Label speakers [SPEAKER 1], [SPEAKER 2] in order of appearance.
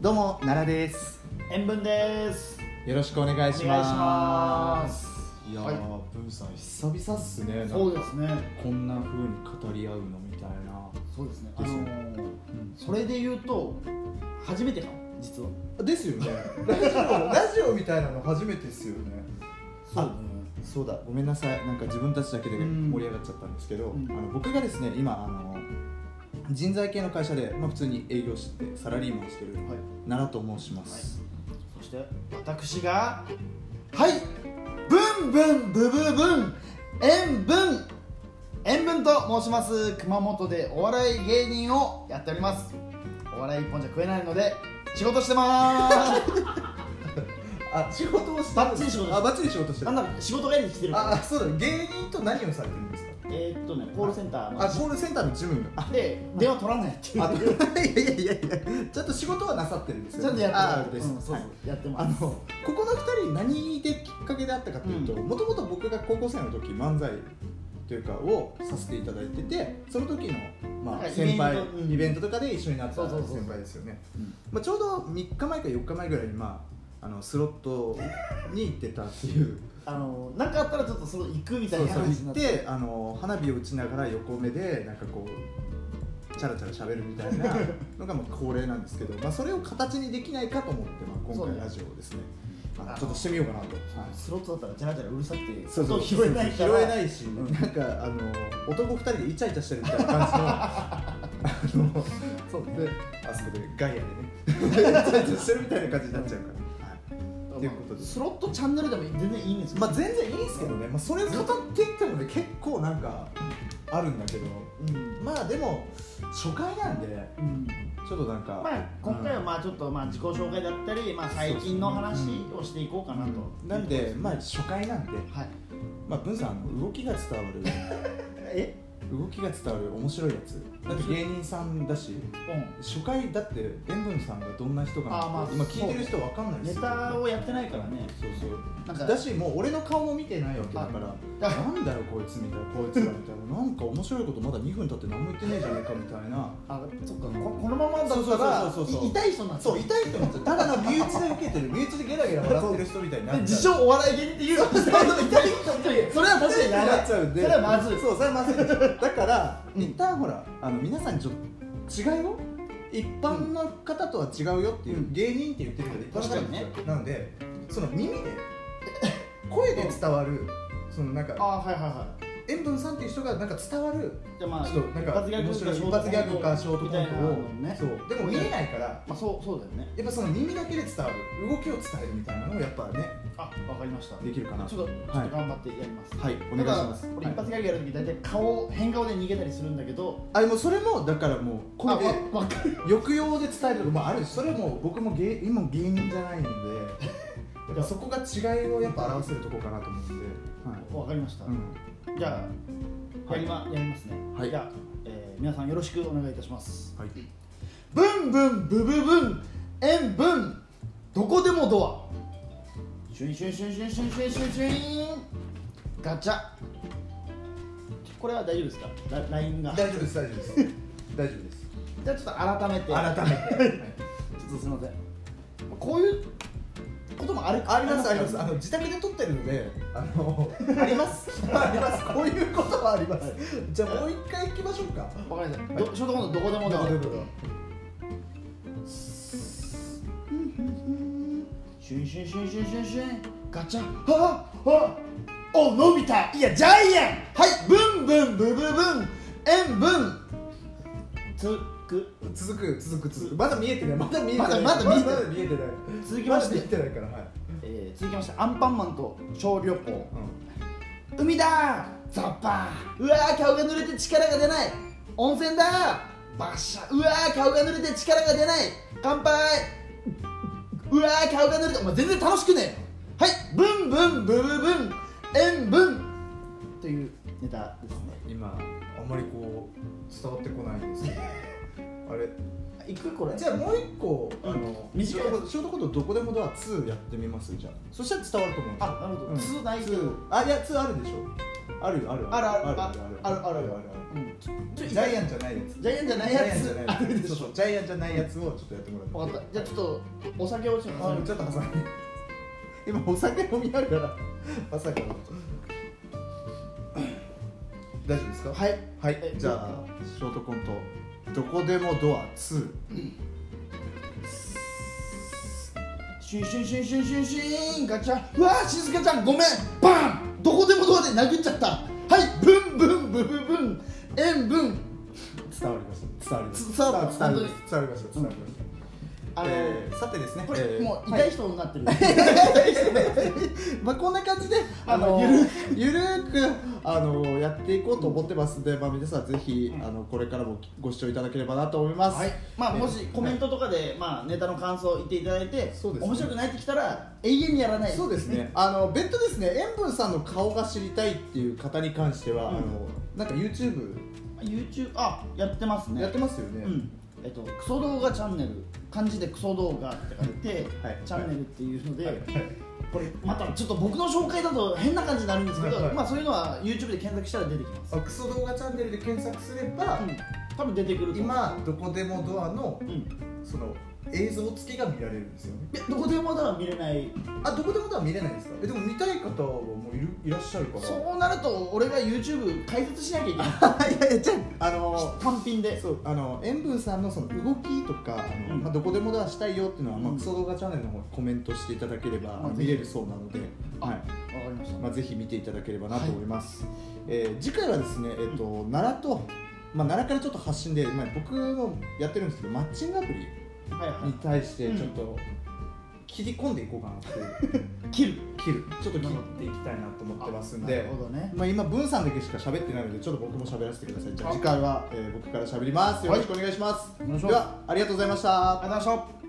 [SPEAKER 1] どうも奈良です
[SPEAKER 2] 塩分です
[SPEAKER 3] よろしくお願いしま
[SPEAKER 2] お願いします
[SPEAKER 3] すいやー、
[SPEAKER 2] はい
[SPEAKER 3] ブンさん久々っすねなんか
[SPEAKER 2] そうですね
[SPEAKER 3] こんな風に語り合うのみたいな
[SPEAKER 2] そうですねあ
[SPEAKER 3] で
[SPEAKER 2] の
[SPEAKER 3] すよ
[SPEAKER 2] ーそれで言うと初めてかも実は
[SPEAKER 3] です よねラジオラジオみたいなの初めてですよね
[SPEAKER 2] そうね
[SPEAKER 3] そうだごめんなさいなんか自分たちだけで
[SPEAKER 2] うん
[SPEAKER 3] 盛り上がっちゃったんですけど、
[SPEAKER 2] うん
[SPEAKER 3] あの僕がですね今あの人材系の会社で、まあ、普通に営業しててサラリーマンしてる
[SPEAKER 2] はい
[SPEAKER 3] 奈良と申します、
[SPEAKER 2] そして私がはいブンブンブブブン塩分塩分と申します熊本でお笑い芸人をやっておりますお笑い一本じゃ食えないので仕事して まー
[SPEAKER 3] あ仕事をし
[SPEAKER 2] バッチリ仕事してる
[SPEAKER 3] あバッチリ仕事し
[SPEAKER 2] す
[SPEAKER 3] て
[SPEAKER 2] な
[SPEAKER 3] る
[SPEAKER 2] んだろう仕事帰りに来てるから
[SPEAKER 3] あそうだ芸人と何をされてるんですか
[SPEAKER 2] えーっとねコールセンターの
[SPEAKER 3] あコールセンターの事務あ
[SPEAKER 2] で電話取らないっていう
[SPEAKER 3] あといやいやいやいやちゃんと仕事はなさってるんですよ、
[SPEAKER 2] ちゃんとや
[SPEAKER 3] あ
[SPEAKER 2] ってる
[SPEAKER 3] です、
[SPEAKER 2] うんそうそう
[SPEAKER 3] はい
[SPEAKER 2] やって
[SPEAKER 3] あ
[SPEAKER 2] ま
[SPEAKER 3] の
[SPEAKER 2] す
[SPEAKER 3] ここの二人何できっかけであったかというともともと僕が高校生の時漫才というかをさせていただいててその時の、ま
[SPEAKER 2] は
[SPEAKER 3] あ、
[SPEAKER 2] い
[SPEAKER 3] 先輩
[SPEAKER 2] イベントうん
[SPEAKER 3] イベントとかで一緒になった
[SPEAKER 2] そうそうそうそう
[SPEAKER 3] 先輩ですよね
[SPEAKER 2] うん
[SPEAKER 3] まあ、ちょうど3日前か4日前ぐらいに、まあ、あのスロットに行ってたっていう
[SPEAKER 2] あのなんかあったらちょっとその行くみたい
[SPEAKER 3] そう
[SPEAKER 2] な
[SPEAKER 3] そう
[SPEAKER 2] 話に
[SPEAKER 3] 行
[SPEAKER 2] な
[SPEAKER 3] っ
[SPEAKER 2] って
[SPEAKER 3] てあの花火を打ちながら横目でなんかこうチャラチャラ喋るみたい なのがもう恒例なんですけど、まあ、それを形にできないかと思って、まあ、
[SPEAKER 2] そう
[SPEAKER 3] 今
[SPEAKER 2] ね
[SPEAKER 3] 回ラジオをですね
[SPEAKER 2] あ
[SPEAKER 3] あ
[SPEAKER 2] の
[SPEAKER 3] のちょっとしてみようかなと、はい
[SPEAKER 2] スロットだったらジャラジャラうるさくて
[SPEAKER 3] そうそう
[SPEAKER 2] 音拾えないから
[SPEAKER 3] 拾えないし、
[SPEAKER 2] うん
[SPEAKER 3] なんかあの男2人でイチャイチャしてるみたいな感じの あの
[SPEAKER 2] そうね
[SPEAKER 3] であそこでガイアでねイチャイチャしてるみたいな感じになっちゃうから。はい
[SPEAKER 2] まあ
[SPEAKER 3] っていうことです
[SPEAKER 2] スロットチャンネルでも全然いいんですよ
[SPEAKER 3] まあ全然いいんですけどね、まあ、それ語っていってもね結構なんかあるんだけど
[SPEAKER 2] うん
[SPEAKER 3] まあでも初回なんで
[SPEAKER 2] うん
[SPEAKER 3] ちょっとなんか、
[SPEAKER 2] まあ今回はまあちょっとまあ自己紹介だったりまあ最近の話をしていこうかなと
[SPEAKER 3] うんなんでまあ初回なんで
[SPEAKER 2] はい
[SPEAKER 3] まあ文さんあの動きが伝わる
[SPEAKER 2] え
[SPEAKER 3] 動きが伝わる面白いやつだって芸人さんだし
[SPEAKER 2] う
[SPEAKER 3] 初回だって塩分さんがどんな人か
[SPEAKER 2] あーま
[SPEAKER 3] な
[SPEAKER 2] あ
[SPEAKER 3] んて今聞いてる人わかんない
[SPEAKER 2] ん
[SPEAKER 3] で
[SPEAKER 2] ネ
[SPEAKER 3] すよ
[SPEAKER 2] タをやってないからね
[SPEAKER 3] そうそう
[SPEAKER 2] なんか
[SPEAKER 3] だしもう俺の顔も見てないわけだか
[SPEAKER 2] あ
[SPEAKER 3] らなんだよこいつみたいなこいつらみたいななんか面白いことまだ2分経って何も言ってねえじゃねえかみたいな
[SPEAKER 2] あそっかここのままだ
[SPEAKER 3] そう
[SPEAKER 2] っ
[SPEAKER 3] そ
[SPEAKER 2] た
[SPEAKER 3] う
[SPEAKER 2] ら
[SPEAKER 3] そうそうそう
[SPEAKER 2] い痛い人になっちゃ
[SPEAKER 3] そう痛いって思っちゃうただの身内で受けてる身内でゲラゲラ笑ってる人みたいになっち
[SPEAKER 2] で
[SPEAKER 3] ゃう
[SPEAKER 2] 自称お笑い芸人っていうの 痛い人というそれは確かにやばい
[SPEAKER 3] っちゃうんで
[SPEAKER 2] それはまずい
[SPEAKER 3] そうそれはまずいだから
[SPEAKER 2] うん
[SPEAKER 3] 一旦ほらあの皆さんにちょっと違いを一般の方とは違うよっていう、
[SPEAKER 2] うん
[SPEAKER 3] 芸人って言ってるけど一般の方は違う
[SPEAKER 2] 確かにね
[SPEAKER 3] なのでその耳で声で伝わるそのなんか
[SPEAKER 2] あはいはいは
[SPEAKER 3] 塩分さんっていう人がなんか伝わる
[SPEAKER 2] いじゃあまあ
[SPEAKER 3] ちょっとなんか面白い一発ギャグかショートコントを、
[SPEAKER 2] ね
[SPEAKER 3] そうでも見えないから
[SPEAKER 2] まあそうそうだよね
[SPEAKER 3] やっぱその耳だけで伝わる動きを伝えるみたいなのをやっぱね
[SPEAKER 2] あわかりました
[SPEAKER 3] できるかな
[SPEAKER 2] ちょっとちょっと
[SPEAKER 3] はい
[SPEAKER 2] 頑張ってやります
[SPEAKER 3] はいお願いします
[SPEAKER 2] ただ俺一発ギャグやるとき大体顔変顔で逃げたりするんだけど
[SPEAKER 3] あでもそれもだからもう
[SPEAKER 2] あ
[SPEAKER 3] 声で
[SPEAKER 2] わわかる
[SPEAKER 3] 抑揚で伝えるとか、まあ、あるしそれも僕も芸今芸人じゃ ないのでだからそこが違いをやっぱ表せるとこかなと思うんで、はい
[SPEAKER 2] わかりました
[SPEAKER 3] うん、
[SPEAKER 2] じゃあやりまやりますね
[SPEAKER 3] はい
[SPEAKER 2] じゃあえー皆さんよろしくお願いいたします
[SPEAKER 3] はい
[SPEAKER 2] ブンブンブブブン円分どこでもドアシュンシュンシュンシュンシュンシュンシュンシュンガチャこれは大丈夫ですかラ LINE が
[SPEAKER 3] 大
[SPEAKER 2] じゃ
[SPEAKER 3] 丈夫です大丈夫です 大丈夫です
[SPEAKER 2] あちょっと改めて
[SPEAKER 3] 改めて、はい
[SPEAKER 2] ちょっとすみませんこういうこともある
[SPEAKER 3] ありますありますあの自宅で撮ってるのであの ありますありますこういうことはありますじゃあもう一回行きましょうか
[SPEAKER 2] わかりましたどショートコントどこでもドア
[SPEAKER 3] どこでもドア
[SPEAKER 2] シュンシュンシュンシュンシュンシュンガチャはあはあお伸びたいやジャイアンはいブンブンブブブン円分つく
[SPEAKER 3] 続く続く続くまだ見えてないまだ見えて
[SPEAKER 2] ま
[SPEAKER 3] な
[SPEAKER 2] だ
[SPEAKER 3] い
[SPEAKER 2] まだ見えてない
[SPEAKER 3] 見えてない
[SPEAKER 2] 続きまして
[SPEAKER 3] だ見えてないからはい、
[SPEAKER 2] えー続きましてアンパンマンと小旅行
[SPEAKER 3] うん
[SPEAKER 2] 海だザッパーうわー顔が濡れて力が出ない温泉だバッシャうわー顔が濡れて力が出ない乾杯うわー顔が濡れてお前全然楽しくねえよはいブンブンブブブン塩分というネタですね
[SPEAKER 3] 今あんまりこう伝わってこないんですけど あれ
[SPEAKER 2] いくこれ
[SPEAKER 3] じゃあもう一個あの
[SPEAKER 2] 短い
[SPEAKER 3] ショートショートコントどこでもドア2やってみますじゃあそしたら伝わると思うんですよ
[SPEAKER 2] あなるほど、
[SPEAKER 3] うん
[SPEAKER 2] 通ないけど
[SPEAKER 3] あいや2あるでしょあるよあるよ
[SPEAKER 2] あるある
[SPEAKER 3] ある
[SPEAKER 2] あるある
[SPEAKER 3] ある
[SPEAKER 2] うんちょ
[SPEAKER 3] ジ
[SPEAKER 2] ちょ
[SPEAKER 3] ャイアンじゃないやつ
[SPEAKER 2] ジャイアンじゃないやつ
[SPEAKER 3] ジャイアンじゃない
[SPEAKER 2] ある
[SPEAKER 3] や
[SPEAKER 2] で
[SPEAKER 3] つ
[SPEAKER 2] し
[SPEAKER 3] そ
[SPEAKER 2] ょ
[SPEAKER 3] うそうジャイアンじゃないやつをちょっとやってもらって
[SPEAKER 2] 分かったじゃあちょっとお酒をちょっと
[SPEAKER 3] あちょっと挟んで今お酒飲みなが ら朝から大丈夫ですか
[SPEAKER 2] はい
[SPEAKER 3] はい
[SPEAKER 2] え
[SPEAKER 3] じゃあショートコント「どこでもドア2」
[SPEAKER 2] シュンシュンシュンシュンシュンシュンガチャうわー静香ちゃんごめんバンどこでもドアで殴っちゃったはいブンブンブブブン塩分
[SPEAKER 3] 伝わりました伝わりまし
[SPEAKER 2] 伝
[SPEAKER 3] た
[SPEAKER 2] わった
[SPEAKER 3] 伝わりました伝わりました伝わりました
[SPEAKER 2] あの
[SPEAKER 3] えーさてですね
[SPEAKER 2] これ、
[SPEAKER 3] えー
[SPEAKER 2] もう痛い人になってる、
[SPEAKER 3] まあこんな感じであ
[SPEAKER 2] あ
[SPEAKER 3] の
[SPEAKER 2] の
[SPEAKER 3] ゆるゆるーくあのやっていこうと思ってますんで、まあ、皆さんぜひあのこれからもご視聴いただければなと思います。
[SPEAKER 2] はいま
[SPEAKER 3] え
[SPEAKER 2] あ、
[SPEAKER 3] ー
[SPEAKER 2] もしコメントとかで、まあ、ネタの感想を言っていただいて、
[SPEAKER 3] そうですね
[SPEAKER 2] 面白くないってきたら永遠にやらない
[SPEAKER 3] そうですね。あの別途ですね、塩分さんの顔が知りたいっていう方に関しては、
[SPEAKER 2] うん
[SPEAKER 3] あのなんか YouTube
[SPEAKER 2] YouTube あやってますね
[SPEAKER 3] やってますよね。
[SPEAKER 2] うんえっと、クソ動画チャンネル漢字でクソ動画って書いて、
[SPEAKER 3] はい
[SPEAKER 2] チャンネルっていうので、
[SPEAKER 3] はい
[SPEAKER 2] これまたちょっと僕の紹介だと変な感じになるんですけど、
[SPEAKER 3] はい
[SPEAKER 2] まあそういうのは YouTube で検索したら出てきます、
[SPEAKER 3] あクソ動画チャンネルで検索すれば、
[SPEAKER 2] うん、多分出てくると思う、
[SPEAKER 3] 今どこでもドアの
[SPEAKER 2] うん、
[SPEAKER 3] その映像付きが見られるんですよね。
[SPEAKER 2] でどこでもまだ見れない
[SPEAKER 3] あどこでもドア見れないですか？えでも見たい方はもういるいらっしゃるから。
[SPEAKER 2] そうなると俺が YouTube 解説しなきゃいけ ない
[SPEAKER 3] いやいやじゃああの
[SPEAKER 2] 単品で
[SPEAKER 3] そうあの塩分さんのその動きとかあの、
[SPEAKER 2] うん
[SPEAKER 3] まあ、どこでもだしたいよっていうのは、まあ、
[SPEAKER 2] うん
[SPEAKER 3] クソ動画チャンネルの方にコメントしていただければ、
[SPEAKER 2] まあぜ
[SPEAKER 3] 見
[SPEAKER 2] ひ
[SPEAKER 3] れるそうなので、
[SPEAKER 2] あ
[SPEAKER 3] はい
[SPEAKER 2] わかりました、
[SPEAKER 3] まあ、ぜひ見ていただければなと思います、えー次回はですね、えっと奈良と、まあ、奈良からちょっと発信で、まあ、僕もやってるんですけどマッチングアプリ
[SPEAKER 2] はいは
[SPEAKER 3] に
[SPEAKER 2] い
[SPEAKER 3] 対してちょっと切り込んでいこうかなっていう
[SPEAKER 2] 切る
[SPEAKER 3] 切るちょっと切っていきたいなと思ってますん
[SPEAKER 2] な
[SPEAKER 3] で
[SPEAKER 2] るほどね
[SPEAKER 3] まあ、今、文さんだけしか喋ってないので、ちょっと僕も喋らせてください。じゃあ
[SPEAKER 2] あ
[SPEAKER 3] 次回は、えー僕から喋ります。よろしくお願いします。
[SPEAKER 2] お願いしま
[SPEAKER 3] で
[SPEAKER 2] す
[SPEAKER 3] は、ありがとうございました。
[SPEAKER 2] ありがとうございました